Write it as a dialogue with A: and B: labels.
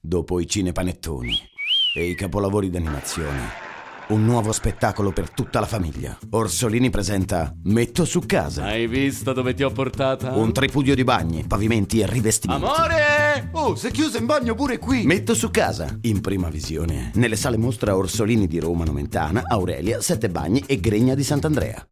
A: Dopo i cinepanettoni e i capolavori d'animazione, un nuovo spettacolo per tutta la famiglia. Orsolini presenta Metto su casa.
B: Hai visto dove ti ho portata?
A: Un tripudio di bagni, pavimenti e rivestimenti.
B: Amore!
C: Oh, si è chiuso in bagno pure qui!
A: Metto su casa, in prima visione, nelle sale mostra Orsolini di Roma Nomentana, Aurelia, Sette Bagni e Gregna di Sant'Andrea.